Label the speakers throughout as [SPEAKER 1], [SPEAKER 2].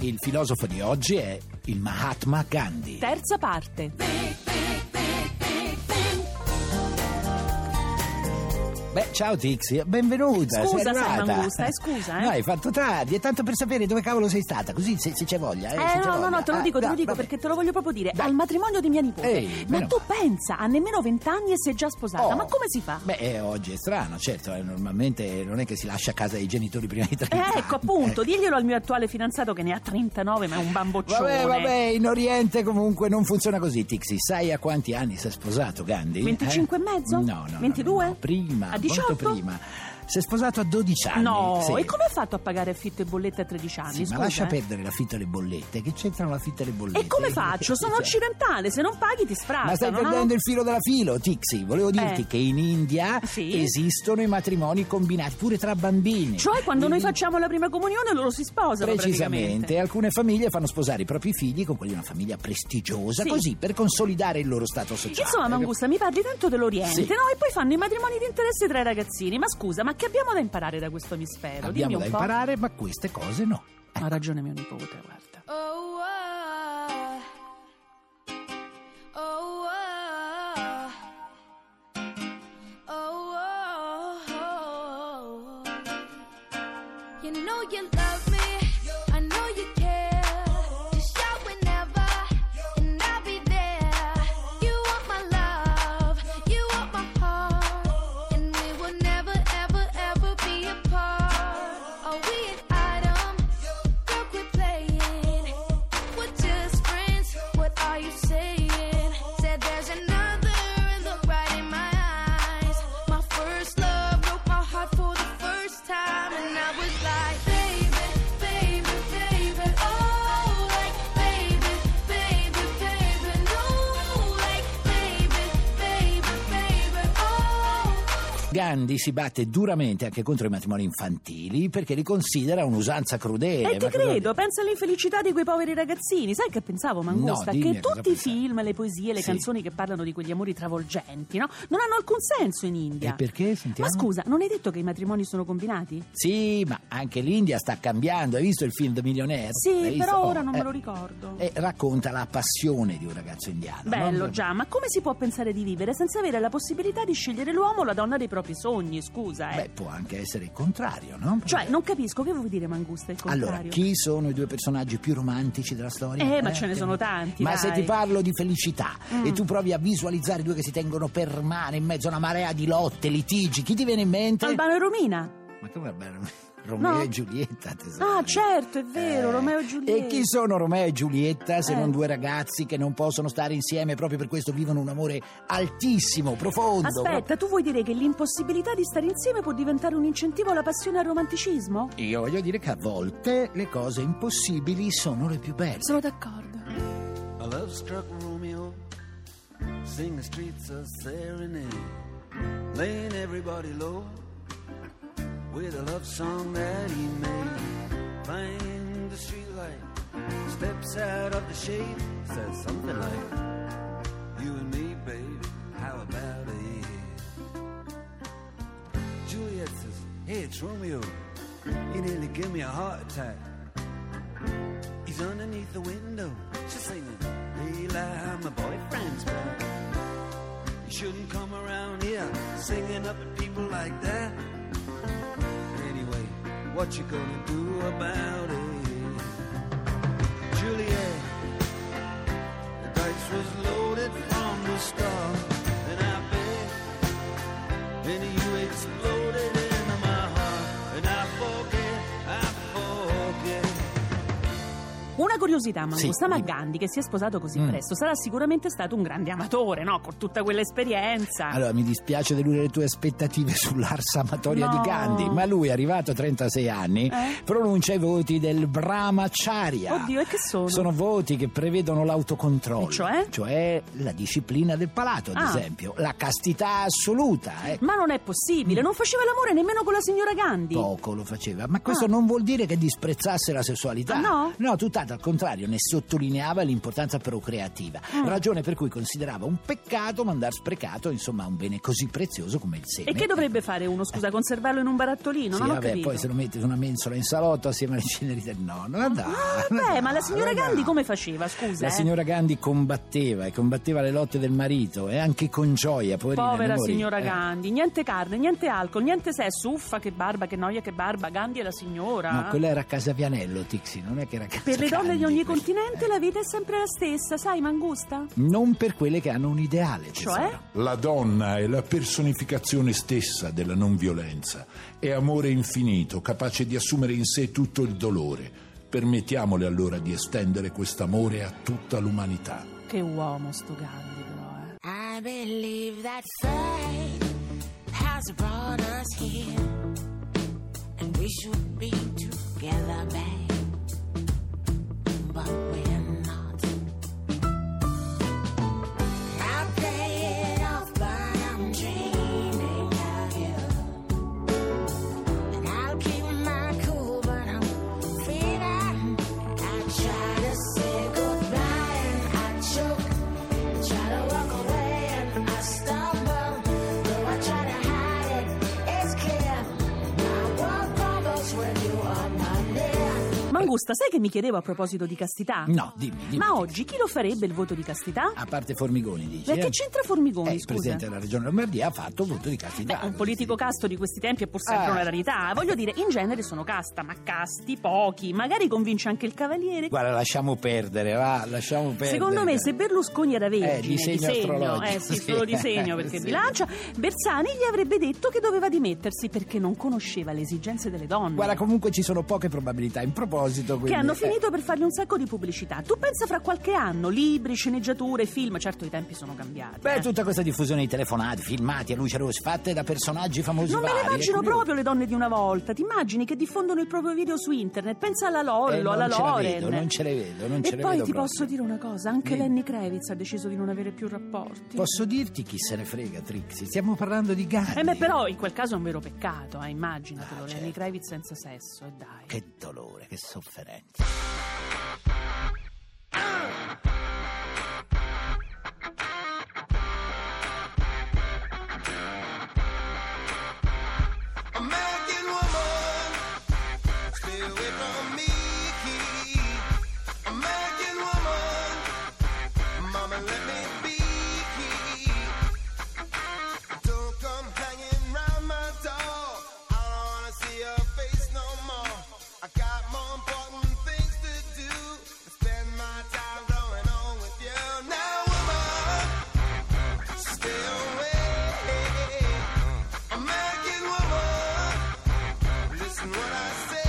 [SPEAKER 1] Il filosofo di oggi è il Mahatma Gandhi.
[SPEAKER 2] Terza parte.
[SPEAKER 1] Eh, Beh, ciao Tixi, benvenuta.
[SPEAKER 2] Scusa,
[SPEAKER 1] sei
[SPEAKER 2] Sam
[SPEAKER 1] arrivata.
[SPEAKER 2] Mangusta, eh, scusa, eh.
[SPEAKER 1] No, hai fatto tardi, è tanto per sapere dove cavolo sei stata, così se, se c'è voglia. Eh,
[SPEAKER 2] Eh
[SPEAKER 1] se c'è
[SPEAKER 2] no, no,
[SPEAKER 1] voglia.
[SPEAKER 2] no, te lo
[SPEAKER 1] Ah,
[SPEAKER 2] dico, te lo
[SPEAKER 1] no,
[SPEAKER 2] dico
[SPEAKER 1] vabbè.
[SPEAKER 2] perché te lo voglio proprio dire.
[SPEAKER 1] Dai.
[SPEAKER 2] Al matrimonio di mia nipote.
[SPEAKER 1] Ehi,
[SPEAKER 2] Ma
[SPEAKER 1] meno
[SPEAKER 2] tu
[SPEAKER 1] male.
[SPEAKER 2] pensa, ha nemmeno vent'anni e sei già sposata.
[SPEAKER 1] Oh.
[SPEAKER 2] Ma come si fa?
[SPEAKER 1] Beh, eh, oggi è strano, certo, eh, normalmente non è che si lascia a casa dei genitori prima di 30
[SPEAKER 2] Eh, ecco,
[SPEAKER 1] anni.
[SPEAKER 2] appunto, diglielo al mio attuale fidanzato che ne ha 39, ma è un bamboccione.
[SPEAKER 1] Vabbè, vabbè, in Oriente comunque non funziona così, Tixi. Sai a quanti anni si è sposato Gandhi? Eh?
[SPEAKER 2] 25 e mezzo?
[SPEAKER 1] No, no, no.
[SPEAKER 2] 22?
[SPEAKER 1] no, prima,
[SPEAKER 2] A 18?
[SPEAKER 1] molto prima. Si è sposato a 12 anni.
[SPEAKER 2] No,
[SPEAKER 1] sì.
[SPEAKER 2] e come ha fatto a pagare affitto e bollette a 13 anni?
[SPEAKER 1] Sì,
[SPEAKER 2] Scusa,
[SPEAKER 1] ma lascia
[SPEAKER 2] eh.
[SPEAKER 1] perdere l'affitto e le bollette. Che c'entrano l'affitto e le bollette?
[SPEAKER 2] E come faccio? Sono
[SPEAKER 1] Cioè,
[SPEAKER 2] occidentale, se non paghi ti sfrattano.
[SPEAKER 1] Ma stai
[SPEAKER 2] no?
[SPEAKER 1] perdendo il filo della filo, Tixi. Volevo dirti
[SPEAKER 2] Eh.
[SPEAKER 1] che in India
[SPEAKER 2] Sì.
[SPEAKER 1] esistono i matrimoni combinati, pure tra bambini.
[SPEAKER 2] Cioè, quando noi
[SPEAKER 1] Quindi-
[SPEAKER 2] facciamo la prima comunione loro si sposano
[SPEAKER 1] Precisamente,
[SPEAKER 2] praticamente.
[SPEAKER 1] alcune famiglie fanno sposare i propri figli con quelli di una famiglia prestigiosa,
[SPEAKER 2] Sì.
[SPEAKER 1] così per consolidare il loro stato sociale.
[SPEAKER 2] Insomma, Mangusta, mi parli tanto dell'Oriente,
[SPEAKER 1] Esatto. Sì.
[SPEAKER 2] no? E poi fanno i matrimoni di interesse tra i ragazzini. Ma scusa, ma che abbiamo da imparare da questo emisfero?
[SPEAKER 1] Abbiamo
[SPEAKER 2] Eh, Dimmi un
[SPEAKER 1] da
[SPEAKER 2] po'.
[SPEAKER 1] imparare, ma queste cose no.
[SPEAKER 2] Ha ragione mio nipote, guarda.
[SPEAKER 3] Oh, ah. oh, ah. oh, oh, oh. You know you love me. I know you care. Just shout whenever, and I'll be there. You want my love. You want my heart, and we will never, ever, ever be apart. Are we an item? Girl, quit playing. We're just friends. What are you saying? Said there's another and look right in my eyes. My first love broke my heart for the first time, and I was like, baby, baby, baby, oh, like baby, baby, baby, no, like baby, baby, baby, oh.
[SPEAKER 1] Gandhi si batte duramente anche contro i matrimoni infantili perché li considera un'usanza crudele.
[SPEAKER 2] E ti
[SPEAKER 1] Eh, ma cosa vuol
[SPEAKER 2] credo,
[SPEAKER 1] dire?
[SPEAKER 2] pensa all'infelicità di quei poveri ragazzini. Sai che pensavo, Mangusta?
[SPEAKER 1] dimmi
[SPEAKER 2] che
[SPEAKER 1] a cosa
[SPEAKER 2] tutti i
[SPEAKER 1] pensavi.
[SPEAKER 2] film, le poesie, le
[SPEAKER 1] Sì.
[SPEAKER 2] canzoni che parlano di quegli amori travolgenti, no? Non hanno alcun senso in India.
[SPEAKER 1] E perché? Sentiamo. Eh,
[SPEAKER 2] Ma scusa, non hai detto che i matrimoni sono combinati?
[SPEAKER 1] Sì, ma anche l'India sta cambiando. Hai visto il film The Millionaire? L'hai
[SPEAKER 2] Sì,
[SPEAKER 1] visto?
[SPEAKER 2] però
[SPEAKER 1] Oh,
[SPEAKER 2] ora non
[SPEAKER 1] eh,
[SPEAKER 2] me lo ricordo.
[SPEAKER 1] E racconta la passione di un ragazzo indiano.
[SPEAKER 2] Bello
[SPEAKER 1] Ah, no?
[SPEAKER 2] già, ma come si può pensare di vivere senza avere la possibilità di scegliere l'uomo o la donna dei propri sogni? Scusa, eh.
[SPEAKER 1] Beh, può anche essere il contrario, no?
[SPEAKER 2] Cioè, non capisco che vuol dire Mangusta il contrario.
[SPEAKER 1] Allora, chi sono i due personaggi più romantici della storia?
[SPEAKER 2] Eh, ma ce ne sono tanti,
[SPEAKER 1] Ma
[SPEAKER 2] dai.
[SPEAKER 1] se ti parlo di felicità
[SPEAKER 2] Mm.
[SPEAKER 1] e tu provi a visualizzare i due che si tengono per mano in mezzo a una marea di lotte, litigi, chi ti viene in mente?
[SPEAKER 2] Albano e Romina.
[SPEAKER 1] Ma come Albano? Romeo
[SPEAKER 2] No.
[SPEAKER 1] e Giulietta, tesoro.
[SPEAKER 2] Ah, certo, è vero,
[SPEAKER 1] Eh,
[SPEAKER 2] Romeo e Giulietta.
[SPEAKER 1] E chi sono Romeo e Giulietta se
[SPEAKER 2] Eh.
[SPEAKER 1] non due ragazzi che non possono stare insieme proprio per questo vivono un amore altissimo, profondo?
[SPEAKER 2] Aspetta, tu vuoi dire che l'impossibilità di stare insieme può diventare un incentivo alla passione e al romanticismo?
[SPEAKER 1] Io voglio dire che a volte le cose impossibili sono le più belle.
[SPEAKER 2] Sono d'accordo.
[SPEAKER 4] A love struck Romeo, sing the streets a serenade, laying everybody low with a love song that he made. Find the streetlight, steps out of the shade, says something like, You and me, babe, how about it? Juliet says, Hey, it's Romeo, you nearly give me a heart attack. He's underneath the window. She's singing, Leela, my boyfriend's back. You shouldn't come around here singing up at people like that. Anyway, what you gonna do about it? Juliet, the dice was loaded from the start. And I bet, and you exploded into my heart. And I forget, I forget.
[SPEAKER 2] Una una curiosità, Mangusta,
[SPEAKER 1] Sì,
[SPEAKER 2] ma
[SPEAKER 1] dimmi.
[SPEAKER 2] Gandhi, che si è sposato così
[SPEAKER 1] Mm.
[SPEAKER 2] presto, sarà sicuramente stato un grande amatore, no? Con tutta quell'esperienza.
[SPEAKER 1] Allora, mi dispiace deludere le tue aspettative sull'arsa amatoria
[SPEAKER 2] No.
[SPEAKER 1] di Gandhi, ma lui, arrivato a 36 anni,
[SPEAKER 2] Eh?
[SPEAKER 1] pronuncia i voti del Brahmacharya.
[SPEAKER 2] Oddio, e che sono?
[SPEAKER 1] Sono voti che prevedono l'autocontrollo,
[SPEAKER 2] E cioè?
[SPEAKER 1] la disciplina del palato, ad
[SPEAKER 2] Ah.
[SPEAKER 1] esempio, la castità assoluta. ecco.
[SPEAKER 2] Ma non è possibile, non faceva l'amore nemmeno con la signora Gandhi.
[SPEAKER 1] Poco lo faceva, ma questo
[SPEAKER 2] Ah.
[SPEAKER 1] non vuol dire che disprezzasse la sessualità.
[SPEAKER 2] Ah, no?
[SPEAKER 1] tutt'altro, al contrario, ne sottolineava l'importanza procreativa,
[SPEAKER 2] Mm.
[SPEAKER 1] ragione per cui considerava un peccato mandar sprecato, insomma, un bene così prezioso come il seme.
[SPEAKER 2] E che dovrebbe fare uno, scusa, conservarlo in un barattolino?
[SPEAKER 1] Sì,
[SPEAKER 2] non ho
[SPEAKER 1] vabbè,
[SPEAKER 2] capito.
[SPEAKER 1] poi se lo metti su una mensola in salotto assieme alle ceneri del nonno. Ma dai,
[SPEAKER 2] Ah,
[SPEAKER 1] ma
[SPEAKER 2] beh,
[SPEAKER 1] dai,
[SPEAKER 2] ma la signora
[SPEAKER 1] dai.
[SPEAKER 2] Gandhi come faceva, scusa?
[SPEAKER 1] La
[SPEAKER 2] eh?
[SPEAKER 1] signora Gandhi combatteva e combatteva le lotte del marito e anche con gioia, poverina.
[SPEAKER 2] Povera
[SPEAKER 1] ne morì.
[SPEAKER 2] signora
[SPEAKER 1] Eh,
[SPEAKER 2] Gandhi, niente carne, niente alcol, niente sesso, uffa che barba, che noia, che barba, Gandhi è la signora.
[SPEAKER 1] No, quella era Casavianello, Tixi, non è che era
[SPEAKER 2] Per le donne di
[SPEAKER 1] Gandhi,
[SPEAKER 2] ogni
[SPEAKER 1] quella.
[SPEAKER 2] continente la vita è sempre la stessa, sai, Mangusta?
[SPEAKER 1] Non per quelle che hanno un ideale,
[SPEAKER 2] Cioè?
[SPEAKER 1] tesoro.
[SPEAKER 5] La donna è la personificazione stessa della non violenza, è amore infinito, capace di assumere in sé tutto il dolore. Permettiamole allora di estendere quest'amore a tutta l'umanità.
[SPEAKER 2] Che uomo sto Gandhi, però, eh.
[SPEAKER 6] I believe that fate has brought us here, and we should be together, babe. But we're not. I play it off, but I'm dreaming of you, and I'll keep my cool, but I'm feeling. I try to say goodbye, and I choke. Try to walk away and I stumble. Though I try to hide it, it's clear. My world crumbles when you are not near.
[SPEAKER 2] Mangusta, sai che mi chiedevo a proposito di castità?
[SPEAKER 1] No, dimmi, dimmi.
[SPEAKER 2] Ma oggi chi lo farebbe il voto di castità?
[SPEAKER 1] A parte Formigoni, dici.
[SPEAKER 2] Beh,
[SPEAKER 1] eh?
[SPEAKER 2] che c'entra Formigoni,
[SPEAKER 1] Eh, il
[SPEAKER 2] scusa?
[SPEAKER 1] Presidente della Regione Lombardia ha fatto voto di castità.
[SPEAKER 2] Beh, un politico casto di questi tempi è pur sempre
[SPEAKER 1] Ah.
[SPEAKER 2] una rarità. Voglio dire, in genere sono casta, ma casti pochi. Magari convince anche il cavaliere.
[SPEAKER 1] Guarda, lasciamo perdere, va, lasciamo perdere.
[SPEAKER 2] Secondo me, se Berlusconi era vergine,
[SPEAKER 1] Eh, di segno astrologico,
[SPEAKER 2] eh sì,
[SPEAKER 1] sì.
[SPEAKER 2] solo di segno perché
[SPEAKER 1] Sì.
[SPEAKER 2] bilancia, Bersani gli avrebbe detto che doveva dimettersi perché non conosceva le esigenze delle donne.
[SPEAKER 1] Guarda, comunque ci sono poche probabilità. In proposito, quindi...
[SPEAKER 2] che hanno
[SPEAKER 1] eh,
[SPEAKER 2] finito per fargli un sacco di pubblicità. Tu pensa fra qualche anno, libri, sceneggiature, film, certo i tempi sono cambiati.
[SPEAKER 1] Beh,
[SPEAKER 2] eh.
[SPEAKER 1] tutta questa diffusione di telefonate, filmati a luce rossa, fatte da personaggi famosi
[SPEAKER 2] Non me
[SPEAKER 1] vari.
[SPEAKER 2] le immagino
[SPEAKER 1] eh,
[SPEAKER 2] proprio le donne di una volta. Ti immagini che diffondono il proprio video su internet? Pensa alla
[SPEAKER 1] Eh,
[SPEAKER 2] Lollo,
[SPEAKER 1] non
[SPEAKER 2] alla
[SPEAKER 1] ce la
[SPEAKER 2] Loren.
[SPEAKER 1] vedo, non ce le vedo, non
[SPEAKER 2] e
[SPEAKER 1] ce le
[SPEAKER 2] poi
[SPEAKER 1] vedo
[SPEAKER 2] ti
[SPEAKER 1] proprio.
[SPEAKER 2] posso dire una cosa: anche
[SPEAKER 1] Dimmi.
[SPEAKER 2] Lenny Kravitz ha deciso di non avere più rapporti.
[SPEAKER 1] Posso dirti chi se ne frega, Trixie? Stiamo parlando di Gandhi.
[SPEAKER 2] Eh, beh, però in quel caso è un vero peccato, eh, immaginatelo.
[SPEAKER 1] Ah,
[SPEAKER 2] Lenny
[SPEAKER 1] certo.
[SPEAKER 2] Kravitz senza sesso, e dai.
[SPEAKER 1] Che dolore, che sofferenza.
[SPEAKER 4] American woman, stay away from me. American woman, mama, let me be. Don't come hanging round my door. I don't wanna see your face no more. I got more important things to do. than Spend my time blowing on with you now, woman. Stay away. American woman, listen what I say.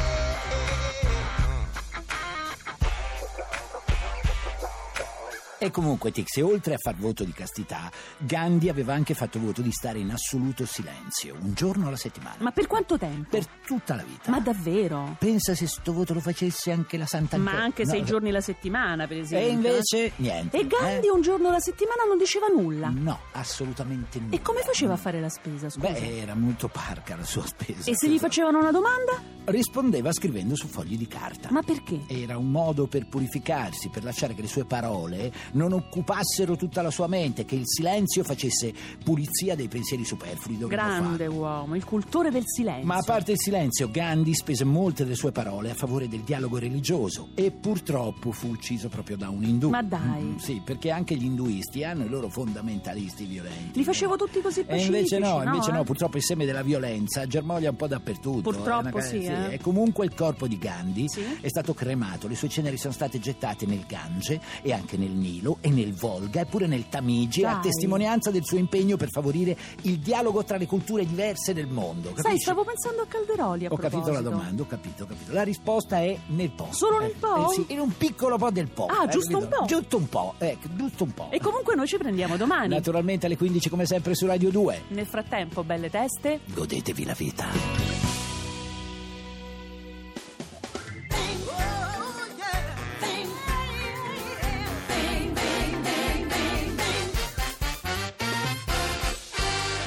[SPEAKER 1] E comunque, Tixi, oltre a far voto di castità, Gandhi aveva anche fatto voto di stare in assoluto silenzio, un giorno alla settimana,
[SPEAKER 2] Ma per quanto tempo?
[SPEAKER 1] per tutta la vita.
[SPEAKER 2] Ma davvero?
[SPEAKER 1] Pensa se sto voto lo facesse anche la Santa
[SPEAKER 2] Ma
[SPEAKER 1] Antonia.
[SPEAKER 2] anche
[SPEAKER 1] No,
[SPEAKER 2] sei
[SPEAKER 1] no.
[SPEAKER 2] giorni la settimana, per esempio. eh?
[SPEAKER 1] E invece niente.
[SPEAKER 2] E Gandhi
[SPEAKER 1] eh? Mm.
[SPEAKER 2] un giorno alla settimana non diceva nulla.
[SPEAKER 1] No, assolutamente nulla.
[SPEAKER 2] E come faceva a fare la spesa, scusa?
[SPEAKER 1] Beh, esatto. era molto parca la sua spesa.
[SPEAKER 2] e se gli facevano una domanda?
[SPEAKER 1] Rispondeva scrivendo su fogli di carta.
[SPEAKER 2] Ma perché?
[SPEAKER 1] Era un modo per purificarsi, per lasciare che le sue parole non occupassero tutta la sua mente, che il silenzio facesse pulizia dei pensieri superflui. doveva
[SPEAKER 2] Grande
[SPEAKER 1] farlo.
[SPEAKER 2] uomo, il cultore del silenzio.
[SPEAKER 1] Ma a parte il silenzio, Gandhi spese molte delle sue parole a favore del dialogo religioso e purtroppo fu ucciso proprio da un indù.
[SPEAKER 2] Ma dai.
[SPEAKER 1] Mm, sì, perché anche gli induisti hanno i loro fondamentalisti violenti.
[SPEAKER 2] Li facevo tutti così
[SPEAKER 1] E
[SPEAKER 2] pacifici,
[SPEAKER 1] invece no, invece no,
[SPEAKER 2] eh?
[SPEAKER 1] purtroppo il seme della violenza germoglia un po' dappertutto.
[SPEAKER 2] Purtroppo
[SPEAKER 1] eh, una cosa-
[SPEAKER 2] sì, eh.
[SPEAKER 1] E comunque il corpo di Gandhi
[SPEAKER 2] Sì?
[SPEAKER 1] è stato cremato, le sue ceneri sono state gettate nel Gange e anche nel Nilo Maranello e nel Volga e pure nel Tamigi, a
[SPEAKER 2] Dai.
[SPEAKER 1] testimonianza del suo impegno per favorire il dialogo tra le culture diverse del mondo.
[SPEAKER 2] Sai,
[SPEAKER 1] Capisci?
[SPEAKER 2] stavo pensando a Calderoli a
[SPEAKER 1] Ho
[SPEAKER 2] proposito.
[SPEAKER 1] capito la domanda, ho capito, ho capito. La risposta è nel po'.
[SPEAKER 2] Solo nel po'?
[SPEAKER 1] Eh, sì, in un piccolo po' del po'.
[SPEAKER 2] Ah,
[SPEAKER 1] eh,
[SPEAKER 2] giusto
[SPEAKER 1] capito?
[SPEAKER 2] un po'.
[SPEAKER 1] Giusto un po', ecco, giusto un po'.
[SPEAKER 2] E comunque noi ci prendiamo domani.
[SPEAKER 1] Naturalmente alle 15 come sempre su Radio 2.
[SPEAKER 2] Nel frattempo, belle teste.
[SPEAKER 1] Godetevi la vita.
[SPEAKER 3] oh,